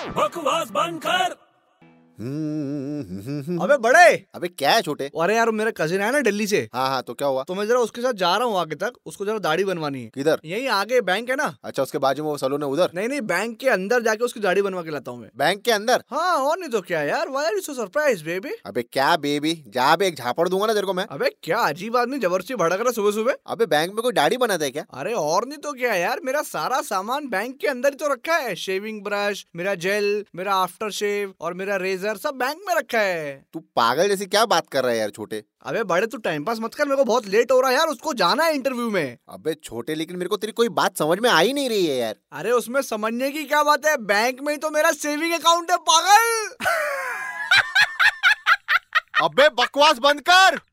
आवाज बंद कर अबे बड़े हम्म। अबे क्या है छोटे अरे यार वो मेरा कजिन है ना दिल्ली से हाँ हाँ तो क्या हुआ तो मैं जरा उसके साथ जा रहा हूँ आगे तक उसको जरा दाढ़ी बनवानी है किधर यही आगे बैंक है ना अच्छा उसके बाजू में वो सलून है उधर नहीं नहीं बैंक के अंदर जाके उसकी दाढ़ी बनवा के लाता हूँ मैं बैंक के अंदर हाँ और नहीं तो क्या यार why are you so surprise baby अबे क्या बेबी जा बे एक झापड़ दूंगा ना तेरे को मैं अबे क्या अजीब आदमी जबरदस्ती भड़क रहा सुबह सुबह अबे बैंक में कोई दाढ़ी बनाता है क्या अरे और नहीं तो क्या यार मेरा सारा सामान बैंक के अंदर ही तो रखा है शेविंग ब्रश मेरा जेल मेरा आफ्टर शेव और मेरा रेजर सब बैंक में रखा है तू पागल जैसी क्या बात कर रहा है यार छोटे अबे बड़े तू टाइम पास मत कर मेरे को बहुत लेट हो रहा है यार उसको जाना है इंटरव्यू में अबे छोटे लेकिन मेरे को तेरी कोई बात समझ में आ ही नहीं रही है यार अरे उसमें समझने की क्या बात है बैंक में ही तो मेरा सेविंग अकाउंट है पागल अबे बकवास बंद कर